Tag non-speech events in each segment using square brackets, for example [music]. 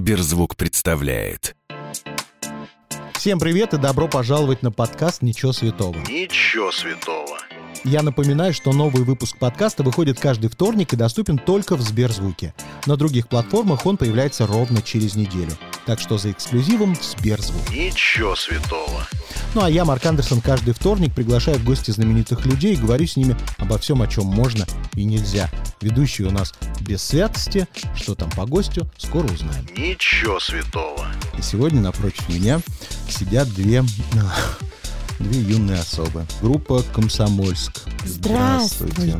Сберзвук представляет. Всем привет и добро пожаловать на подкаст «Ничего святого». Ничего святого. Я напоминаю, что новый выпуск подкаста выходит каждый вторник и доступен только в Сберзвуке. На других платформах он появляется ровно через неделю. Так что за эксклюзивом в Сберзвук. Ничего святого. Ну а я, Марк Андерсон, каждый вторник приглашаю в гости знаменитых людей и говорю с ними обо всем, о чем можно и нельзя. Ведущий у нас без святости. Что там по гостю, скоро узнаем. Ничего святого. И сегодня напротив меня сидят две, [laughs] две юные особы. Группа «Комсомольск». Здравствуйте.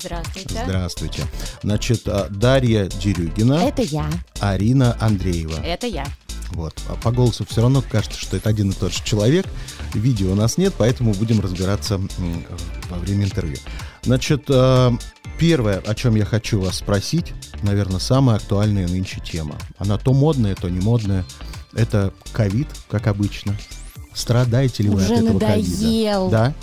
Здравствуйте. Здравствуйте. Значит, а, Дарья Дерюгина, Это я. Арина Андреева. Это я. Вот. А По голосу все равно кажется, что это один и тот же человек. Видео у нас нет, поэтому будем разбираться м, во время интервью. Значит, э, первое, о чем я хочу вас спросить, наверное, самая актуальная нынче тема. Она то модная, то не модная. Это ковид, как обычно. Страдаете ли вы Уже от этого надоел. ковида? Да?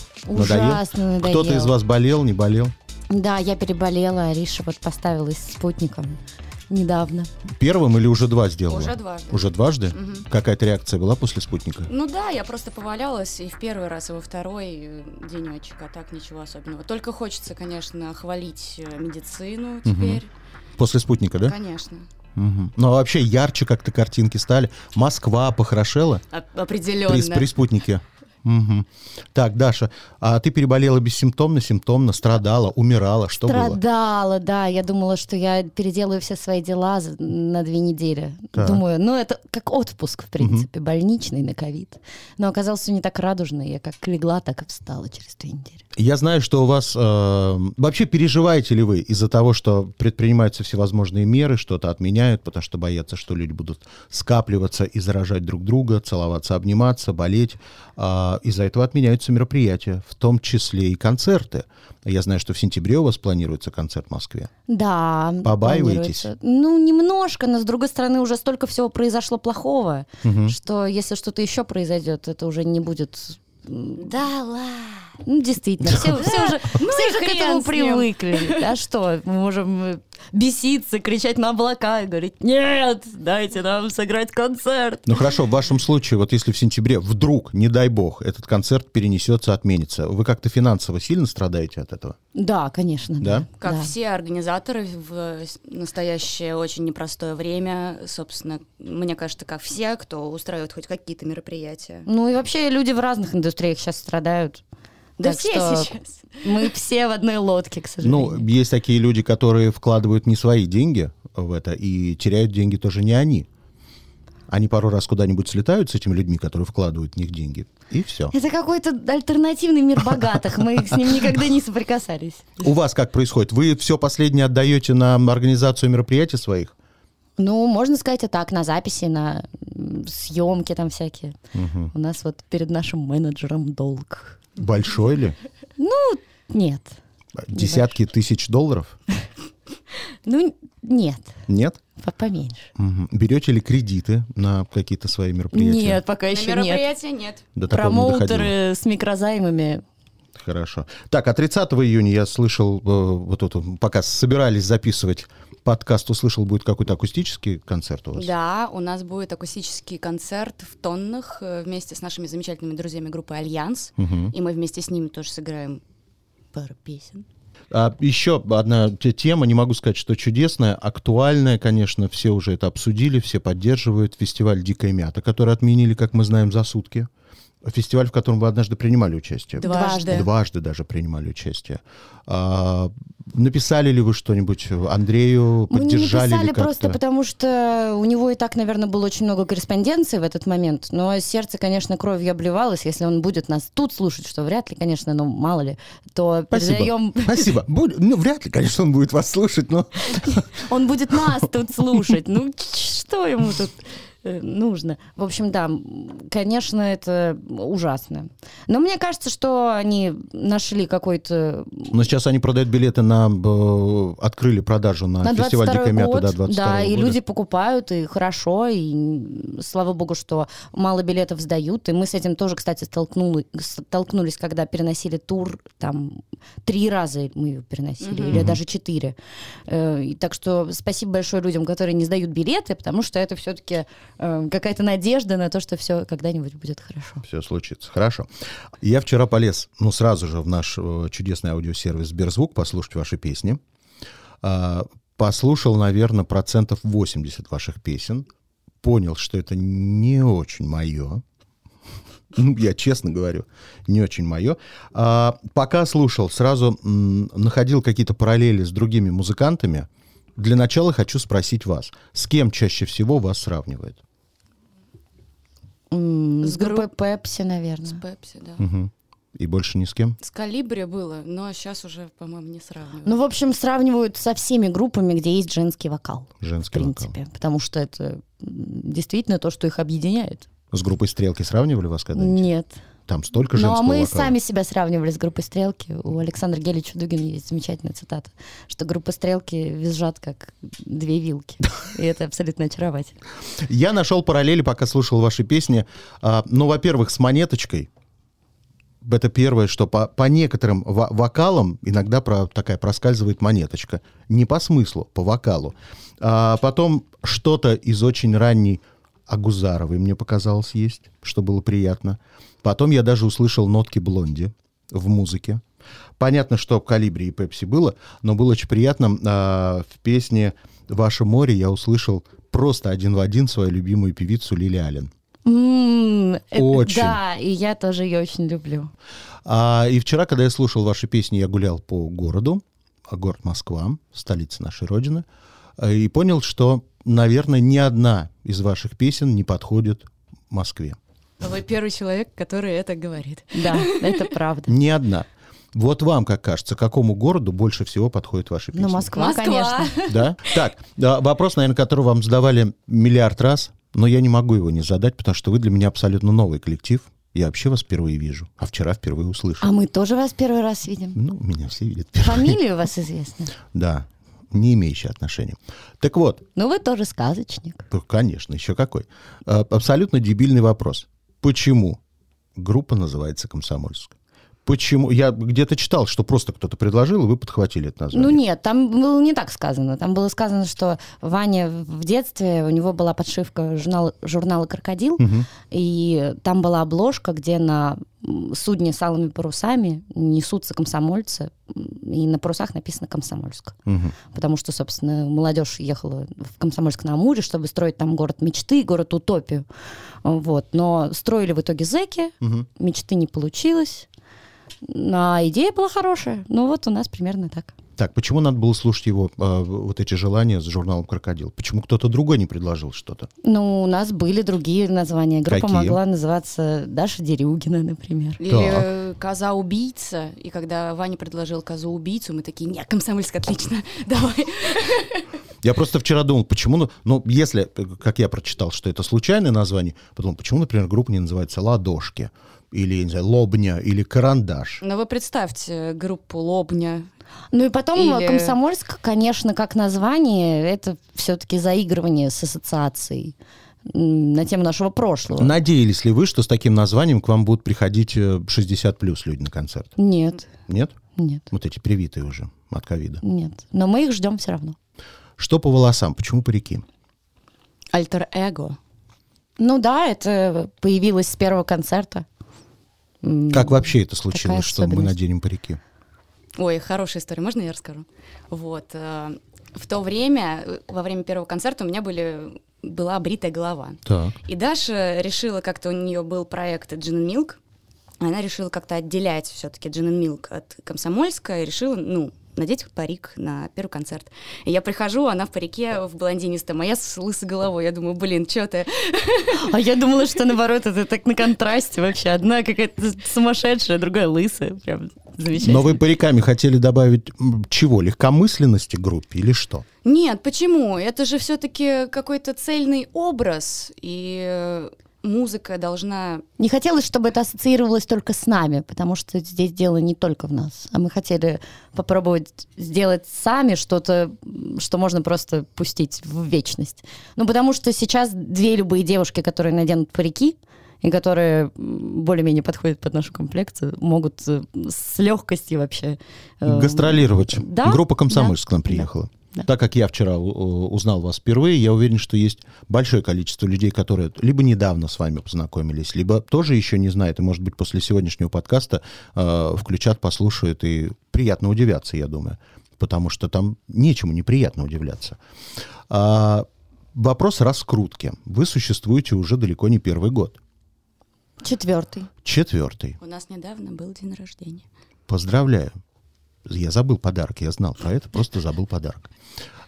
Ужасно надоел. Кто-то из вас болел, не болел? Да, я переболела, Ариша вот поставилась спутником недавно. Первым или уже два сделала? Уже дважды. Уже дважды? Мгм. Какая-то реакция была после спутника? Ну да, я просто повалялась и в первый раз, и во второй э, денечек, а так ничего особенного. Только хочется, конечно, хвалить э, медицину теперь. После спутника, да? Конечно. Мгм. Ну а вообще ярче как-то картинки стали. Москва похорошела О- при, А, определенно. при спутнике. Мгм. Так, Даша, а ты переболела бессимптомно, симптомно, страдала, умирала, что было? Страдала, да. Я думала, что я переделаю все свои дела за- на две недели. Так. Думаю, ну это как отпуск, в принципе, больничный на ковид. Но оказалось все не так радужно. Я как легла, так и встала через две недели. Я знаю, что у вас... э, вообще переживаете ли вы из-за того, что предпринимаются всевозможные меры, что-то отменяют, потому что боятся, что люди будут скапливаться и заражать друг друга, целоваться, обниматься, болеть. А, из-за этого отменяются мероприятия, в том числе и концерты. Я знаю, что в сентябре у вас планируется концерт в Москве. Да. Побаиваетесь? планируется. Ну, немножко, но с другой стороны, уже столько всего произошло плохого, что если что-то еще произойдет, это уже не будет. м, Да ладно. Ну, действительно, все, все уже, Ну все и уже к хрен этому с ним. привыкли. А что, мы можем э, беситься, кричать на облака и говорить, нет, дайте нам сыграть концерт. Ну хорошо, в вашем случае, вот если в сентябре вдруг, не дай бог, этот концерт перенесется, отменится, вы как-то финансово сильно страдаете от этого? Да, конечно. Да? Как Да. все организаторы в с- настоящее очень непростое время, собственно, мне кажется, как все, кто устраивает хоть какие-то мероприятия. Ну и вообще люди в разных индустриях сейчас страдают. Да Так все что сейчас. Мы все в одной лодке, к сожалению. Ну, есть такие люди, которые вкладывают не свои деньги в это, и теряют деньги тоже не они. Они пару раз куда-нибудь слетают с этими людьми, которые вкладывают в них деньги, и все. Это какой-то альтернативный мир богатых. Мы с ним никогда не соприкасались. У вас как происходит? Вы все последнее отдаете на организацию мероприятий своих? Ну, можно сказать, и так, на записи, на м, съемки там всякие. У нас вот перед нашим менеджером долг. Большой ли? Нет. Десятки тысяч долларов? Ну, н- нет. Нет? По- Поменьше. Мгм. Берете ли кредиты на какие-то свои мероприятия? Нет, пока На еще нет. мероприятия нет. До такого не доходило. Промоутеры с микрозаймами. Хорошо. Так, а 30 июня я слышал, э, вот тут, пока собирались записывать подкаст, услышал, будет какой-то акустический концерт у вас. Да, у нас будет акустический концерт в тоннах э, вместе с нашими замечательными друзьями группы Альянс. Мгм. И мы вместе с ними тоже сыграем пару песен. А еще одна те- тема, не могу сказать, что чудесная, актуальная, конечно, все уже это обсудили, все поддерживают. Фестиваль «Дикая мята», который отменили, как мы знаем, за сутки. Фестиваль, в котором вы однажды принимали участие. Дважды. Дважды. Дважды даже принимали участие. А, написали ли вы что-нибудь Андрею? Мы Ну, не Поддержали писали ли как-то? просто потому, что у него и так, наверное, было очень много корреспонденции в этот момент. Но сердце, конечно, кровью обливалось. Если он будет нас тут слушать, что вряд ли, конечно, ну, мало ли, то Спасибо. передаем Спасибо. Бу- Ну, вряд ли, конечно, он будет вас слушать, но Он будет нас тут слушать. Ну, ч- что ему тут? э, нужно. В общем, да, м, конечно, это ужасно. Но мне кажется, что они нашли какой-то... Но сейчас они продают билеты на... э, Открыли продажу на, На фестиваль 22 Дикой Мяты, год, да, 22 да, и года. люди покупают, и хорошо, и м, слава богу, что мало билетов сдают, и мы с этим тоже, кстати, столкнули, столкнулись, когда переносили тур, там, три раза мы его переносили, Мгм. или Мгм. даже четыре. Э, и так что спасибо большое людям, которые не сдают билеты, потому что это все-таки какая-то надежда на то, что все когда-нибудь будет хорошо. Все случится. Хорошо. Я вчера полез, ну, сразу же в наш э, чудесный аудиосервис Сберзвук послушать ваши песни. А, Послушал, наверное, процентов 80 ваших песен. Понял, что это не очень мое. [laughs] Ну, я честно говорю, не очень мое. А, пока слушал, сразу м, находил какие-то параллели с другими музыкантами. Для начала хочу спросить вас, с кем чаще всего вас сравнивают? М, С С группой Пепси, наверное. Пепси, да. Мгм. И больше ни с кем? С Калибри было, но сейчас уже, по-моему, не сравниваю. Ну, в общем, сравнивают со всеми группами, где есть женский вокал. в Женский вокал. принципе, потому что это м, действительно то, что их объединяет. С группой «Стрелки» сравнивали вас когда-нибудь? Нет. Там столько Ну женского а мы вокала. сами себя сравнивали с группой Стрелки. У Александра Гелича Дугина есть замечательная цитата, что группа Стрелки визжат как две вилки. И это абсолютно очаровательно. Я нашел параллели, пока слушал ваши песни. А, ну, во-первых, с «Монеточкой». Это первое, что по, по некоторым ва- вокалам иногда про, такая проскальзывает монеточка. Не по смыслу, по вокалу. А потом что-то из очень ранней Агузаровой мне показалось есть, что было приятно. Потом я даже услышал нотки блонди в музыке. Понятно, что в «Калибре» и «Пепси» было, но было очень приятно. а, в песне «Ваше море» я услышал просто один в один свою любимую певицу Лили Аллен. М, М-м, это- Очень. Да, и я тоже ее очень люблю. А, и вчера, когда я слушал ваши песни, я гулял по городу, а город Москва, столица нашей Родины, э, и понял, что, наверное, ни одна из ваших песен не подходит Москве. Вы первый человек, который это говорит. Да, это правда. Ни одна. Вот вам, как кажется, какому городу больше всего подходят ваши песни? Ну, Москва, [laughs] Москва. конечно. Да? Так, да, вопрос, наверное, который вам задавали миллиард раз, но я не могу его не задать, потому что вы для меня абсолютно новый коллектив. Я вообще вас впервые вижу, а вчера впервые услышал. А мы тоже вас первый раз [laughs] видим. Ну, меня все видят. Фамилия у вас известна. Да, не имеющие отношения. Так вот, Ну, вы тоже сказочник. ну, конечно, еще какой. А, Абсолютно дебильный вопрос. Почему группа называется «Комсомольск»? Почему? Я где-то читал, что просто кто-то предложил, и вы подхватили это название. Ну нет, там было не так сказано. Там было сказано, что Ваня в детстве, у него была подшивка журнала, журнала «Крокодил», Мгм. и там была обложка, где на м, судне с алыми парусами несутся комсомольцы, м, и на парусах написано «Комсомольск». Мгм. Потому что, собственно, молодежь ехала в Комсомольск-на-Амуре, чтобы строить там город мечты, город утопию. Вот. Но строили в итоге зэки, Мгм. мечты не получилось, а идея была хорошая. Ну вот у нас примерно так. Так, почему надо было слушать его, а, вот эти желания с журналом «Крокодил»? Почему кто-то другой не предложил что-то? Ну, у нас были другие названия. Группа Какие? могла называться Даша Дерюгина, например. Или Так. э, коза-убийца. И когда Ваня предложил козу-убийцу, мы такие, не, комсомольск, отлично, [laughs] давай. Я просто вчера думал, почему, ну, ну, если, э, как я прочитал, что это случайное название, потом почему, например, группа не называется «Ладошки» или, я не знаю, «Лобня» или «Карандаш»? Но Ну, вы представьте группу Лобня. Ну и потом Или- Комсомольск, конечно, как название, это все-таки заигрывание с ассоциацией м, на тему нашего прошлого. Надеялись ли вы, что с таким названием к вам будут приходить э, 60 плюс люди на концерт? Нет, Нет? нет, Вот эти привитые уже от ковида. нет. Но мы их ждем все равно. Что по волосам? Почему парики? Альтер-эго. Ну да, это появилось с первого концерта. М, Как вообще это случилось, Такая что мы особенность. наденем парики? Ой, хорошая история, можно я расскажу? Вот. э, В то время, э, во время первого концерта у меня были, была бритая голова. Так. И Даша решила как-то, у нее был проект Джин Милк, она решила как-то отделять все-таки Джин Милк от Комсомольска и решила, ну, надеть парик на первый концерт. И я прихожу, она в парике в блондинистом, а я с лысой головой. Я думаю, блин, что ты? А я думала, что наоборот, это так на контрасте вообще. Одна какая-то сумасшедшая, другая лысая. Прям Замечательно. Но вы париками хотели добавить м, чего? Легкомысленности группе или что? Нет, почему? Это же все-таки какой-то цельный образ, и э, музыка должна... Не хотелось, чтобы это ассоциировалось только с нами, потому что здесь дело не только в нас. А мы хотели попробовать сделать сами что-то, м, что можно просто пустить в вечность. Ну, потому что сейчас две любые девушки, которые наденут парики, и которые м, более-менее подходят под нашу комплекцию, могут э, с легкостью вообще... э, Гастролировать. да, Группа да, «Комсомольск» к нам да, приехала. да. Так как я вчера э, узнал вас впервые, я уверен, что есть большое количество людей, которые либо недавно с вами познакомились, либо тоже еще не знают, и, может быть, после сегодняшнего подкаста э, включат, послушают, и приятно удивятся, я думаю, потому что там нечему неприятно удивляться. А, вопрос раскрутки. Вы существуете уже далеко не первый год. Четвертый. Четвертый. У нас недавно был день рождения. Поздравляю. Я забыл подарок, я знал про это, просто забыл подарок.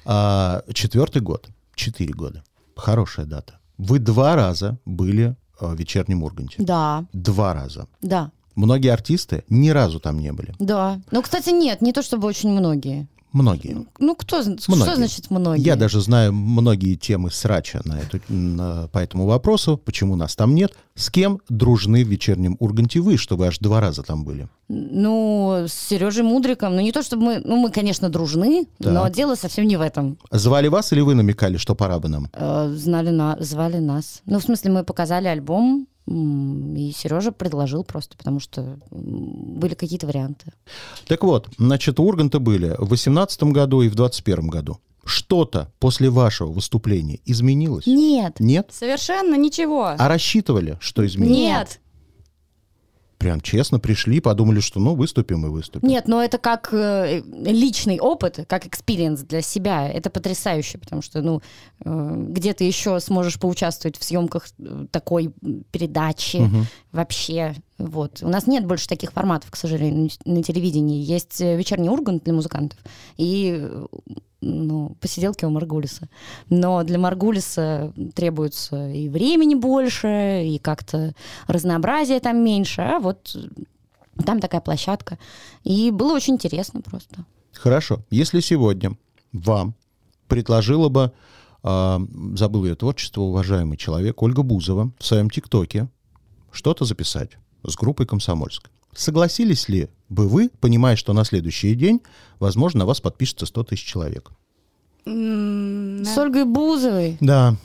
А, четвертый год, четыре года. Хорошая дата. Вы два раза были а, в вечернем Урганте. Да, Два раза. да, Многие артисты ни разу там не были. да. Ну, кстати, нет, не то чтобы очень многие. Многие. Ну, кто, зн- Многие. что значит многие? Я даже знаю многие темы срача на эту, на- по этому вопросу, почему нас там нет, с кем дружны в вечернем Урганте вы, что вы аж два раза там были. Ну, с Сережей Мудриком. Ну, не то чтобы мы... Ну, мы, конечно, дружны, Так. но дело совсем не в этом. Звали вас или вы намекали, что пора бы нам? Э, Знали на... Звали нас. Ну, в смысле, мы показали альбом, м, и Сережа предложил просто, потому что м, были какие-то варианты. Так вот, значит, у Урганта были в 18 году и в 21 году. Что-то после вашего выступления изменилось? Нет. Нет? Совершенно ничего. А рассчитывали, что изменилось? Нет. Прям честно пришли, подумали, что ну выступим и выступим. Нет, но это как э, личный опыт, как экспириенс для себя. Это потрясающе, потому что, ну, э, где ты еще сможешь поучаствовать в съемках э, такой м, передачи Мгм. вообще. Вот. У нас нет больше таких форматов, к сожалению, на на телевидении. Есть э, вечерний ургант для музыкантов и э, ну, посиделки у Маргулиса. Но для Маргулиса требуется и времени больше, и как-то разнообразия там меньше. А вот э, там такая площадка. И было очень интересно просто. Хорошо. Если сегодня вам предложила бы, а, забыл ее творчество, уважаемый человек, Ольга Бузова в своем ТикТоке что-то записать с группой «Комсомольск». Согласились ли бы вы, понимая, что на следующий день, возможно, на вас подпишется 100 тысяч человек? М, С да. Ольгой Бузовой? Да.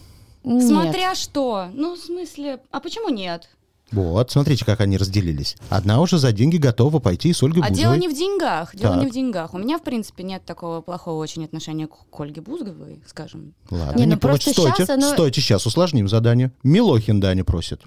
Нет. Смотря что. Ну, в смысле, а почему нет? Вот, смотрите, как они разделились. Одна уже за деньги готова пойти с Ольгой А Бузовой. дело не в деньгах. Дело не Так. в деньгах. У меня, в принципе, нет такого плохого очень отношения к к Ольге Бузговой, скажем. Ладно, Не, не ну просто получ- Стойте, щас оно- стойте, сейчас усложним задание. Милохин Даня просит.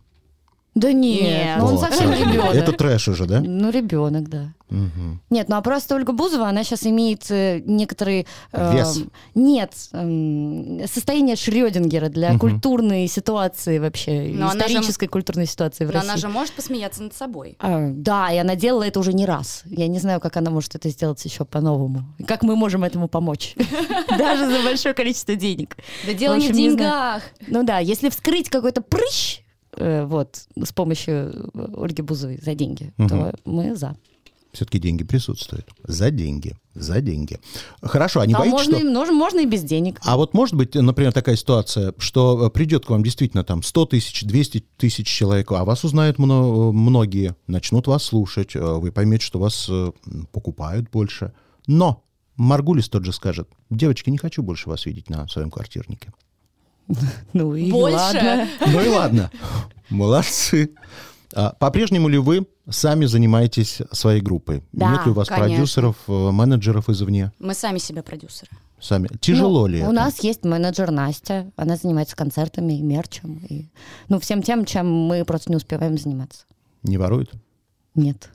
Да нет, Нет. ну он Вот, [laughs] совсем смотрите, ребенок. Это трэш уже, да? Ну, ребенок, да. Мгм. Нет, ну а просто Ольга Бузова, она сейчас имеет э, некоторый... э, Вес. Нет, эм, состояние Шрёдингера для Мгм. культурной ситуации вообще, Но она же- исторической культурной ситуации в Но России. она же может посмеяться над собой. А, да, и она делала это уже не раз. Я не знаю, как она может это сделать еще по-новому. И Как мы можем этому помочь? Даже за большое количество денег. Да дело В не в общем, не деньгах. Ну да, если вскрыть какой-то прыщ, э, вот, с помощью э, Ольги Бузовой за деньги, Мгм. то мы за. Все-таки деньги присутствуют. За деньги, за деньги. Хорошо, а не а боитесь, можно, что... и- можно, можно и без денег. А вот может быть, например, такая ситуация, что э, придет к вам действительно там 100 тысяч, 200 тысяч человек, а вас узнают мно- многие, начнут вас слушать, э, вы поймете, что вас э, м, покупают больше. Но Маргулис тот же скажет, девочки, не хочу больше вас видеть на своем квартирнике. Ну и Больше? ладно. Ну и ладно. [laughs] Молодцы. А По-прежнему ли вы сами занимаетесь своей группой? Да, Нет ли у вас конечно. продюсеров, э, менеджеров извне? Мы сами себя продюсеры. Сами. Тяжело Ну, ли У это? нас есть менеджер Настя. Она занимается концертами и мерчем. И, ну, всем тем, чем мы просто не успеваем заниматься. Не воруют? Нет.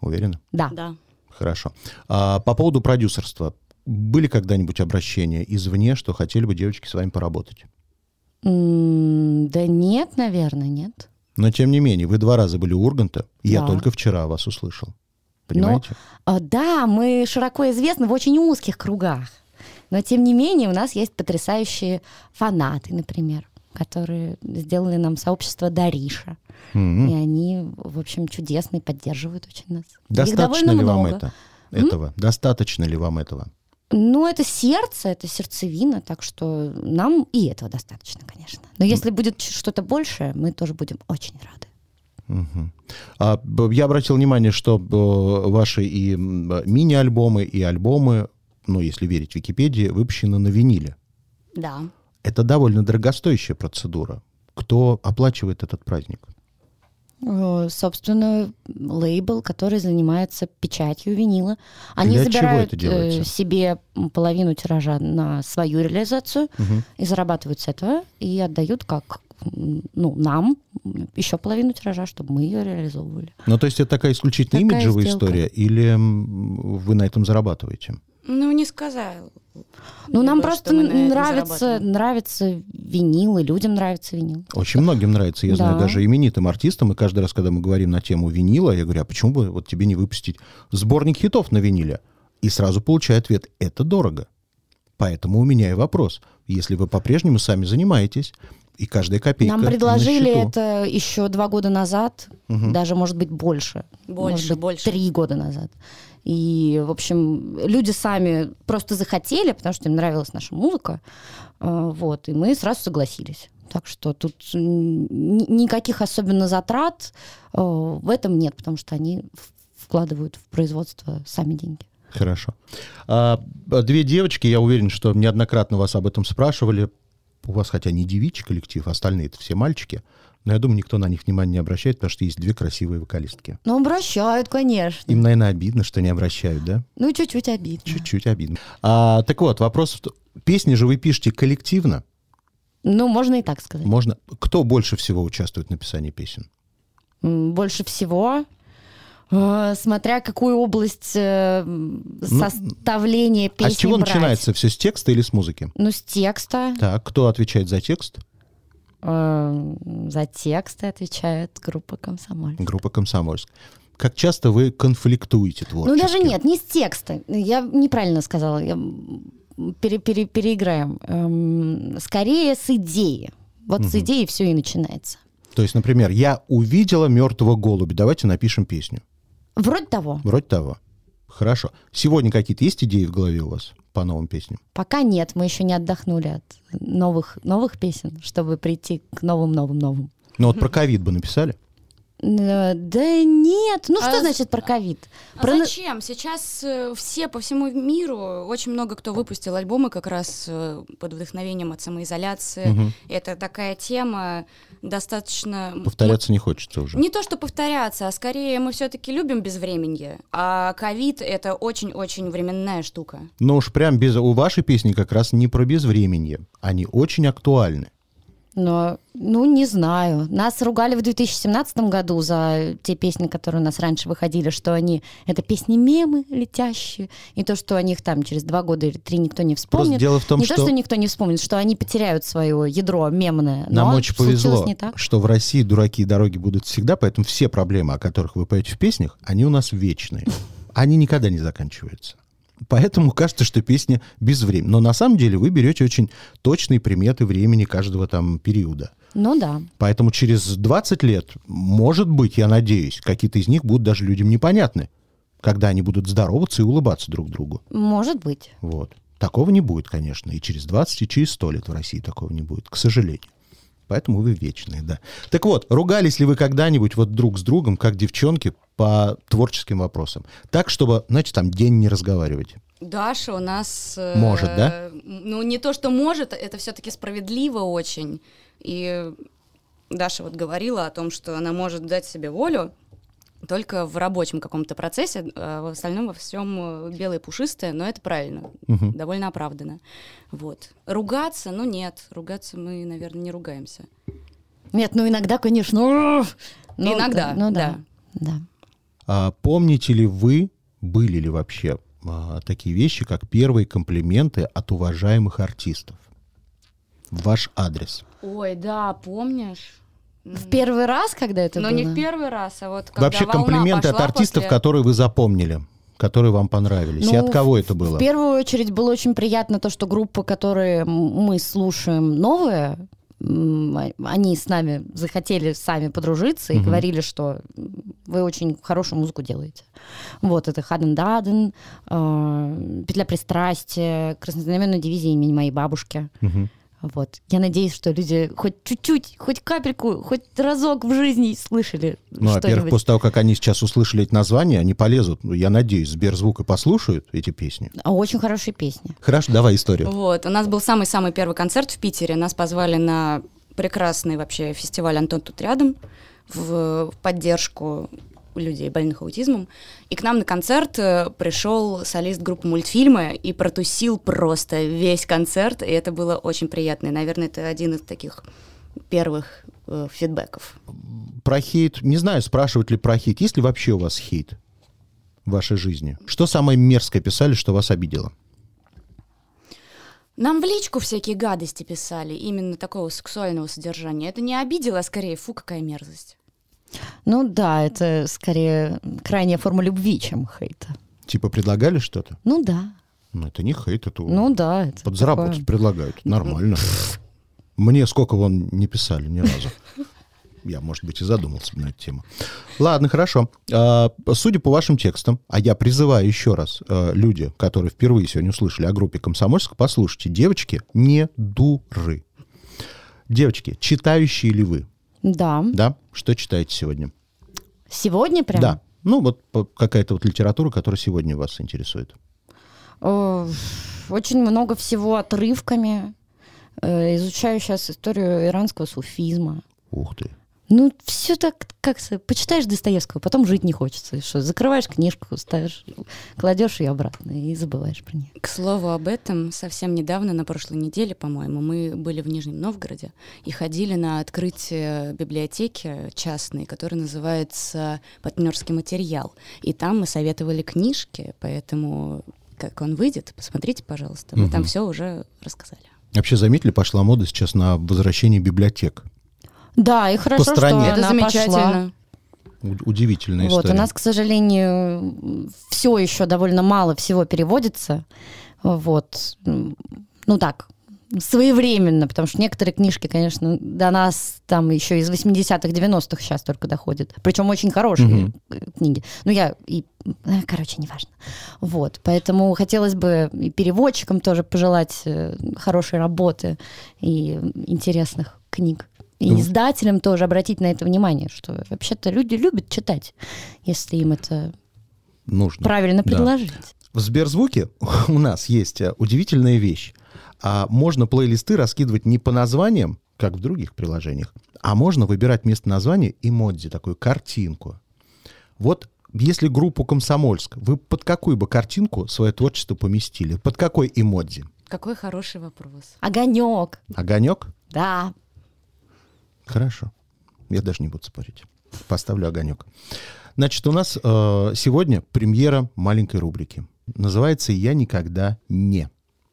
Уверена? Да. Да. Хорошо. А по поводу продюсерства. Были когда-нибудь обращения извне, что хотели бы девочки с вами поработать? М, Да нет, наверное, нет. Но тем не менее, вы два раза были у Урганта, и я Да. только вчера вас услышал. Понимаете? А, Да, мы широко известны в очень узких кругах. Но, тем не менее, у нас есть потрясающие фанаты, например, которые сделали нам сообщество Дариша. Мгм. И они, в общем, чудесные, поддерживают очень нас. Их Достаточно довольно ли вам много. это? Этого. Достаточно ли вам этого? Ну, это сердце, это сердцевина, так что нам и этого достаточно, конечно. Но если будет ч- что-то большее, мы тоже будем очень рады. Мгм. А, б- я обратил внимание, что э, ваши и м, мини-альбомы, и альбомы, ну, если верить Википедии, выпущены на виниле. Да. Это довольно дорогостоящая процедура. Кто оплачивает этот праздник? Э, Собственно, лейбл, который занимается печатью винила. Они Для чего забирают это делается? э, себе половину тиража на свою реализацию и зарабатывают с этого, и отдают как м, ну, нам м, еще половину тиража, чтобы мы ее реализовывали. Ну, то есть это такая исключительно Такая имиджевая сделка. история, или м, вы на этом зарабатываете? Ну, не сказал. Ну, нам просто нравится, нравится... нравится винил, и людям нравится винил. Очень многим нравится, я знаю, Да. даже именитым артистам, и каждый раз, когда мы говорим на тему винила, я говорю, а почему бы вот тебе не выпустить сборник хитов на виниле? И сразу получаю ответ, это дорого. Поэтому у меня и вопрос, если вы по-прежнему сами занимаетесь, и каждая копейка Нам предложили на счету. это еще два года назад, Мгм. даже, может быть, больше. Больше, Может быть, больше. Три года назад. И, в общем, люди сами просто захотели, потому что им нравилась наша музыка. А, Вот, и мы сразу согласились. Так что тут м, ни- никаких особенно затрат э, в этом нет, потому что они в- вкладывают в производство сами деньги. Хорошо. А, а, две девочки, я уверен, что неоднократно вас об этом спрашивали. У вас хотя не девичий коллектив, остальные это все мальчики, но я думаю, никто на них внимания не обращает, потому что есть две красивые вокалистки. Ну, обращают, конечно. Им, наверное, обидно, что не обращают, да? Ну, чуть-чуть обидно. Чуть-чуть обидно. А, так вот, вопрос. в т- Песни же вы пишете коллективно. Ну, можно и так сказать. Можно. Кто больше всего участвует в написании песен? М, больше всего, э, смотря какую область э, м, составления песни Ну, а с чего брать. начинается все? С текста или с музыки? Ну, с текста. Так, кто отвечает за текст? э, за тексты отвечает группа «Комсомоль». Группа Комсомольск. Как часто вы конфликтуете Ну, творчески? даже нет, не с текста. Я неправильно сказала. Я м, пере- пере- переиграем. Эм, скорее с идеи. Вот с идеи все и начинается. То есть, например, я увидела мертвого голубя. Давайте напишем песню. Вроде того. Вроде того. Хорошо. Сегодня какие-то есть идеи в голове у вас по новым песням? Пока нет, мы еще не отдохнули от новых, новых песен, чтобы прийти к новым-новым-новым. Ну вот про ковид бы написали. Э, Да нет. Ну что А значит про ковид? А Про на- зачем? Сейчас э, все по всему миру, очень много кто выпустил альбомы как раз э, под вдохновением от самоизоляции. Мгм. Это такая тема достаточно... м- ну, ну, Повторяться не хочется уже. Не то, что повторяться, а скорее мы все-таки любим безвременье. А ковид — это очень-очень временная штука. Но уж прям без... у вашей песни как раз не про безвременье. Они очень актуальны. Но, ну, не знаю. Нас ругали в 2017 году за те песни, которые у нас раньше выходили, что они... Это песни-мемы летящие, и то, что о них там через два года или три никто не Просто вспомнит. дело в том, не что, то, что никто не вспомнит, что они потеряют свое ядро мемное. нам но очень повезло, случилось не так. что в России дураки и дороги будут всегда, поэтому все проблемы, о которых вы поете в песнях, они у нас вечные. Они никогда не заканчиваются. Поэтому кажется, что песня без времени. Но на самом деле вы берете очень точные приметы времени каждого там периода. Ну да. Поэтому через 20 лет, может быть, я надеюсь, какие-то из них будут даже людям непонятны, когда они будут здороваться и улыбаться друг другу. Может быть. Вот. Такого не будет, конечно. И через 20, и через 100 лет в России такого не будет, к сожалению. Поэтому вы вечные, да. Так вот, ругались ли вы когда-нибудь вот друг с другом, как девчонки, по творческим вопросам? Так, чтобы, знаете, там день не разговаривать. Даша у нас... э, Может, да? м, Ну, не то, что может, это все-таки справедливо очень. И Даша вот говорила о том, что она может дать себе волю только в рабочем каком-то процессе, а в остальном во всем белое пушистое, но это правильно, Мгм. довольно оправданно. Вот. Ругаться, ну нет, ругаться мы, наверное, не ругаемся. Нет, ну иногда, конечно. «Ух!» Ну, Иногда, Ну да. да. да. А помните ли вы, были ли вообще а, такие вещи, как первые комплименты от уважаемых артистов? В ваш адрес. Ой, да, помнишь? В первый раз, когда это Но было? не в первый раз, а вот когда Вообще волна комплименты от пошла артистов, после- которые вы запомнили, которые вам понравились. И Ну, от кого это было? В первую очередь было очень приятно то, что группы, которые м- мы слушаем новые, м, а- они с нами захотели сами подружиться и Мгм. говорили, что м, вы очень хорошую музыку делаете. Вот, это Хаден Даден, э, Петля пристрастия, Краснознаменная дивизия имени моей бабушки. Мгм. Вот. Я надеюсь, что люди хоть чуть-чуть, хоть капельку, хоть разок в жизни слышали Ну, во-первых, что-нибудь. после того, как они сейчас услышали эти названия, они полезут, ну, я надеюсь, Сберзвук и послушают эти песни. А Очень хорошие песни. Хорошо, давай Ну. историю. Вот, у нас был самый-самый первый концерт в Питере. Нас позвали на прекрасный вообще фестиваль «Антон тут рядом» в поддержку людей больных аутизмом. И к нам на концерт э, пришел солист группы мультфильмы и протусил просто весь концерт. И это было очень приятно. И, наверное, это один из таких первых э, фидбэков. Про хейт, не знаю, спрашивать ли про хейт. Есть ли вообще у вас хейт в вашей жизни? Что самое мерзкое писали, что вас обидело? Нам в личку всякие гадости писали, именно такого сексуального содержания. Это не обидело, а скорее, фу, какая мерзость. Ну да, это скорее крайняя форма любви, чем хейта. Типа предлагали что-то? Ну да, Ну, это не хейт, это ну да. Это подзаработать предлагают. Нормально. Мне сколько вон не писали ни разу. Я, может быть, и задумался на эту тему. Ладно, хорошо. А, Судя по вашим текстам, а я призываю еще раз э, люди, которые впервые сегодня услышали о группе Комсомольск, послушайте, девочки не дуры. Девочки, читающие ли вы? такое. Да. Да? Что читаете сегодня? Сегодня прям? Да. Ну, вот по- какая-то вот литература, которая сегодня вас интересует. Э, Очень много всего отрывками. Э, Изучаю сейчас историю иранского суфизма. Ух ты. Ну, все так, как то почитаешь Достоевского, потом жить не хочется. И что, закрываешь книжку, ставишь, кладешь ее обратно и забываешь про нее. К слову об этом, совсем недавно, на прошлой неделе, по-моему, мы были в Нижнем Новгороде и ходили на открытие библиотеки частной, которая называется «Партнерский материал». И там мы советовали книжки, поэтому как он выйдет, посмотрите, пожалуйста. Мы Мгм. там все уже рассказали. Вообще, заметили, пошла мода сейчас на возвращение библиотек. Да, и хорошо, что стране. она пошла. Уд- Удивительная Вот, у история. нас, к сожалению, все еще довольно мало всего переводится. Вот. М, Ну так, своевременно, потому что некоторые книжки, конечно, до нас там еще из 80-х, 90-х сейчас только доходят. Причем очень хорошие Мгм. э, книги. Ну я и... э, Короче, неважно. Вот, поэтому хотелось бы и переводчикам тоже пожелать э, хорошей работы и интересных книг. И Ну. издателям тоже обратить на это внимание, что вообще-то люди любят читать, если им это Нужно. правильно Да. предложить. В Сберзвуке [laughs] у нас есть а, удивительная вещь. А, можно плейлисты раскидывать не по названиям, как в других приложениях, а можно выбирать вместо названия эмодзи, такую картинку. Вот если группу «Комсомольск», вы под какую бы картинку свое творчество поместили? Под какой эмодзи? Какой хороший вопрос. Огонек, Огонек? да. Хорошо. Я даже не буду спорить. Поставлю огонек. Значит, у нас э, сегодня премьера маленькой рубрики. Называется «Я никогда не».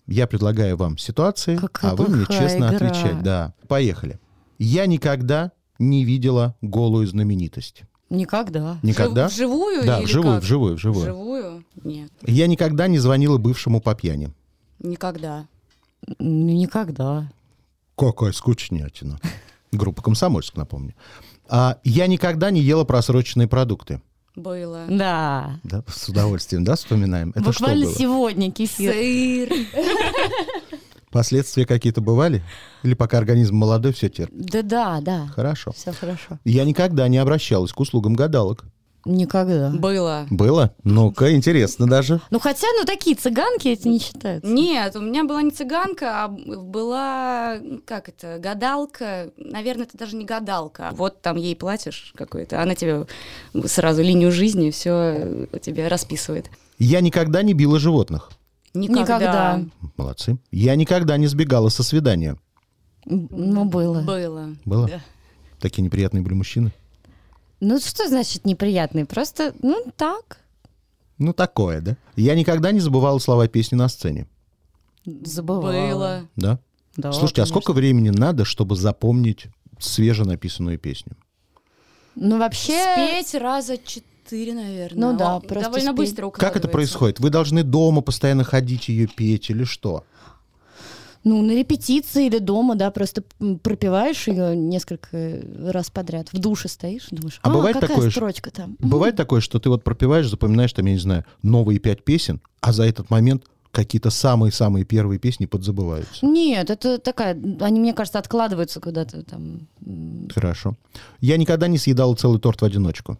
Я предлагаю вам ситуации, Какая а вы мне плохая честно игра. отвечать. Да. Поехали. Я никогда не видела голую знаменитость. Никогда. Никогда? Вживую? Да, или вживую, как? вживую, вживую. Вживую? Нет, Я никогда не звонила бывшему по пьяни. никогда. Никогда. Какая скучнятина. Группа «Комсомольск», напомню. А, я никогда не ела просроченные продукты. Было. Да. Да, с удовольствием, да, вспоминаем. Это Буквально что было? сегодня кефир. Сыр. Последствия какие-то бывали? Или пока организм молодой, все терпит? Да, да, да. Хорошо. Все хорошо. Я никогда не обращалась к услугам гадалок. Никогда. Было. Было? Ну-ка, интересно даже. Ну хотя, ну такие цыганки эти не считаются. Нет, у меня была не цыганка, а была, как это, гадалка. Наверное, это даже не гадалка. Вот там ей платишь какой-то, она тебе сразу линию жизни все тебе расписывает. Я никогда не била животных. Никогда. Молодцы. Я никогда не сбегала со свидания. М, Ну было. Было. Было? Да. Такие неприятные были мужчины. Ну что значит неприятный? Просто, ну так. Ну, такое, да? Я никогда не забывала слова песни на сцене. Забывала. Было. Да? Да, Слушайте, а конечно. сколько времени надо, чтобы запомнить свеженаписанную песню? Ну вообще... Спеть раза четыре, наверное. Ну да, О, просто Довольно спеть. быстро Как это укладывается. происходит? Вы должны дома постоянно ходить ее петь или что? Ну, на репетиции или дома, да, просто м, пропиваешь ее несколько раз подряд. В душе стоишь, и думаешь, А а, бывает какая такое, что- строчка там? Бывает такое, что ты вот пропиваешь, запоминаешь там, я не знаю, новые пять песен, а за этот момент какие-то самые-самые первые песни подзабываются. Нет, это такая, они, мне кажется, откладываются куда-то там. м, Хорошо. Я никогда не съедал целый торт в одиночку.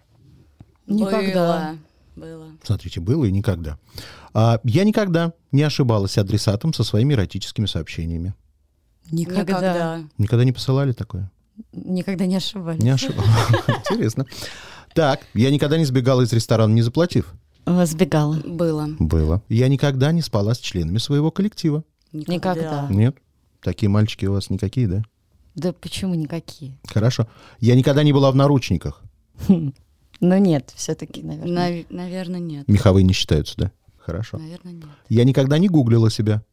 Никогда. Было. было. Смотрите, было и никогда. А, я никогда не ошибалась адресатом со своими эротическими сообщениями. Никогда. Никогда не посылали такое? Никогда не ошибались. Не ошибалась. Интересно. Так, я никогда не сбегала из ресторана, не заплатив. А, Сбегала. Было. Было. Я никогда не спала с членами своего коллектива. Никогда. Нет? Такие мальчики у вас никакие, да? Да почему никакие? Хорошо. Я никогда не была в наручниках. Ну нет, все-таки, наверное. Нав- наверное, нет. Меховые не считаются, да? Хорошо. Наверное, нет. Я никогда не гуглила себя.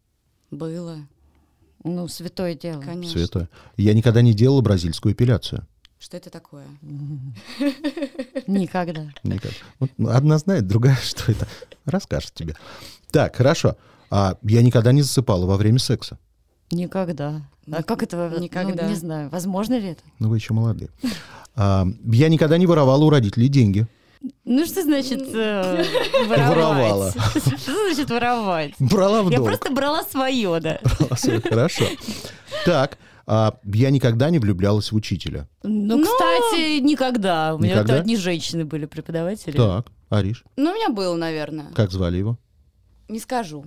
Было. Ну, святое дело. Конечно. Святое. Я никогда не делала бразильскую эпиляцию. Что это такое? Никогда. Никак. Вот, ну, одна знает, другая [laughs] что это. Расскажет тебе. Так, хорошо. А, я никогда не засыпала во время секса. Никогда. А Ник- как это? ну, никогда. не знаю. Возможно ли это? Ну, вы еще молодые. А, я никогда не воровала у родителей деньги. Ну, что значит э, [laughs] воровать? Воровала. Ну, Что значит воровать? Брала в долг. брала свое, да. Всё, Хорошо. Так, а, я никогда не влюблялась в учителя. Ну, Ну, кстати, никогда. У меня никогда? это одни женщины были преподаватели. Так, Ариш, Ну, у меня было, наверное. как звали его? Не скажу.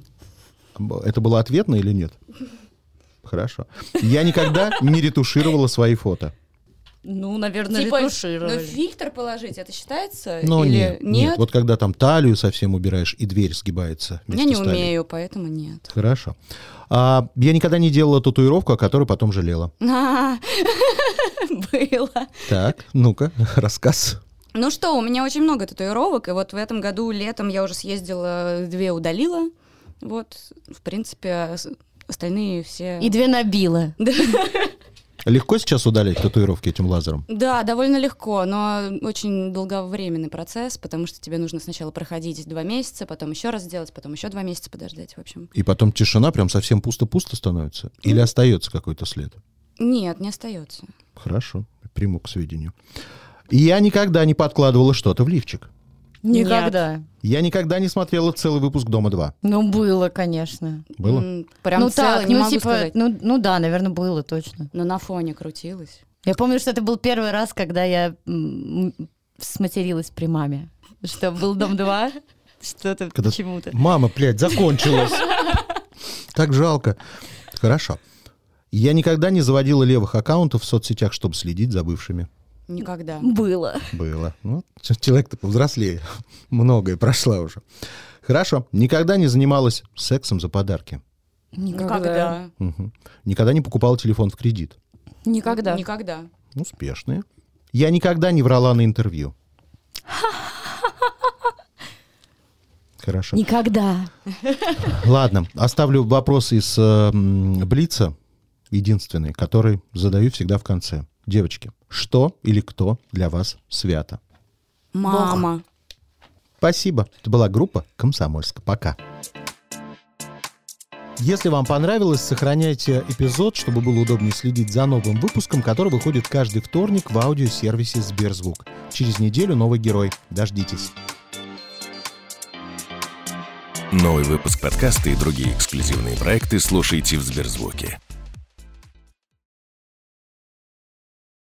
Б- Это было ответно или нет? Хорошо. Я никогда не ретушировала свои фото. Ну, наверное, но ретушировали. Типа, ну, фильтр положить, это считается? Но Или Ну, нет, нет. Вот когда там талию совсем убираешь, и дверь сгибается. Я вместе не с талией. умею, поэтому нет. [laughs] Хорошо. А, я никогда не делала татуировку, о которой потом жалела. А, Было. Так, ну-ка, [laughs] рассказ. Ну что, у меня очень много татуировок, и вот в этом году летом я уже съездила, две удалила. Вот, в принципе, а с- остальные все... И две набила. Легко сейчас удалять татуировки этим лазером? Да, довольно легко, но очень долговременный процесс, потому что тебе нужно сначала проходить два месяца, потом еще раз сделать, потом еще два месяца подождать, в общем. И потом тишина прям совсем пусто-пусто становится? Ну. Или остается какой-то след? Нет, не остается. Хорошо, приму к сведению. Я никогда не подкладывала что-то в лифчик. Никогда. Я никогда не смотрела целый выпуск «Дома-2». Ну, было, конечно. Было? М, Прям ну целый, так, не ну могу типа, сказать. ну, ну да, наверное, было точно. Но на фоне крутилось. Я помню, что это был первый раз, когда я м, м, сматерилась при маме. Что был дом 2, что-то Когда- почему-то. Мама, блядь, закончилась. Так жалко. Хорошо. Я никогда не заводила левых аккаунтов в соцсетях, чтобы следить за бывшими. Никогда. Было. Было. Ну, ч- человек-то повзрослее. Многое прошла уже. Хорошо. Никогда не занималась сексом за подарки. Никогда. Мгм. Никогда не покупала телефон в кредит. Никогда. Никогда. Успешные. Я никогда не врала на интервью. Хорошо. Никогда. Ладно, оставлю вопрос из э, м, Блица, единственный, который задаю всегда в конце. Девочки, что или кто для вас свято? Мама. Спасибо. Это была группа Комсомольска. Пока. Если вам понравилось, сохраняйте эпизод, чтобы было удобнее следить за новым выпуском, который выходит каждый вторник в аудиосервисе Сберзвук. Через неделю новый герой. Дождитесь. Новый выпуск подкаста и другие эксклюзивные проекты слушайте в Сберзвуке.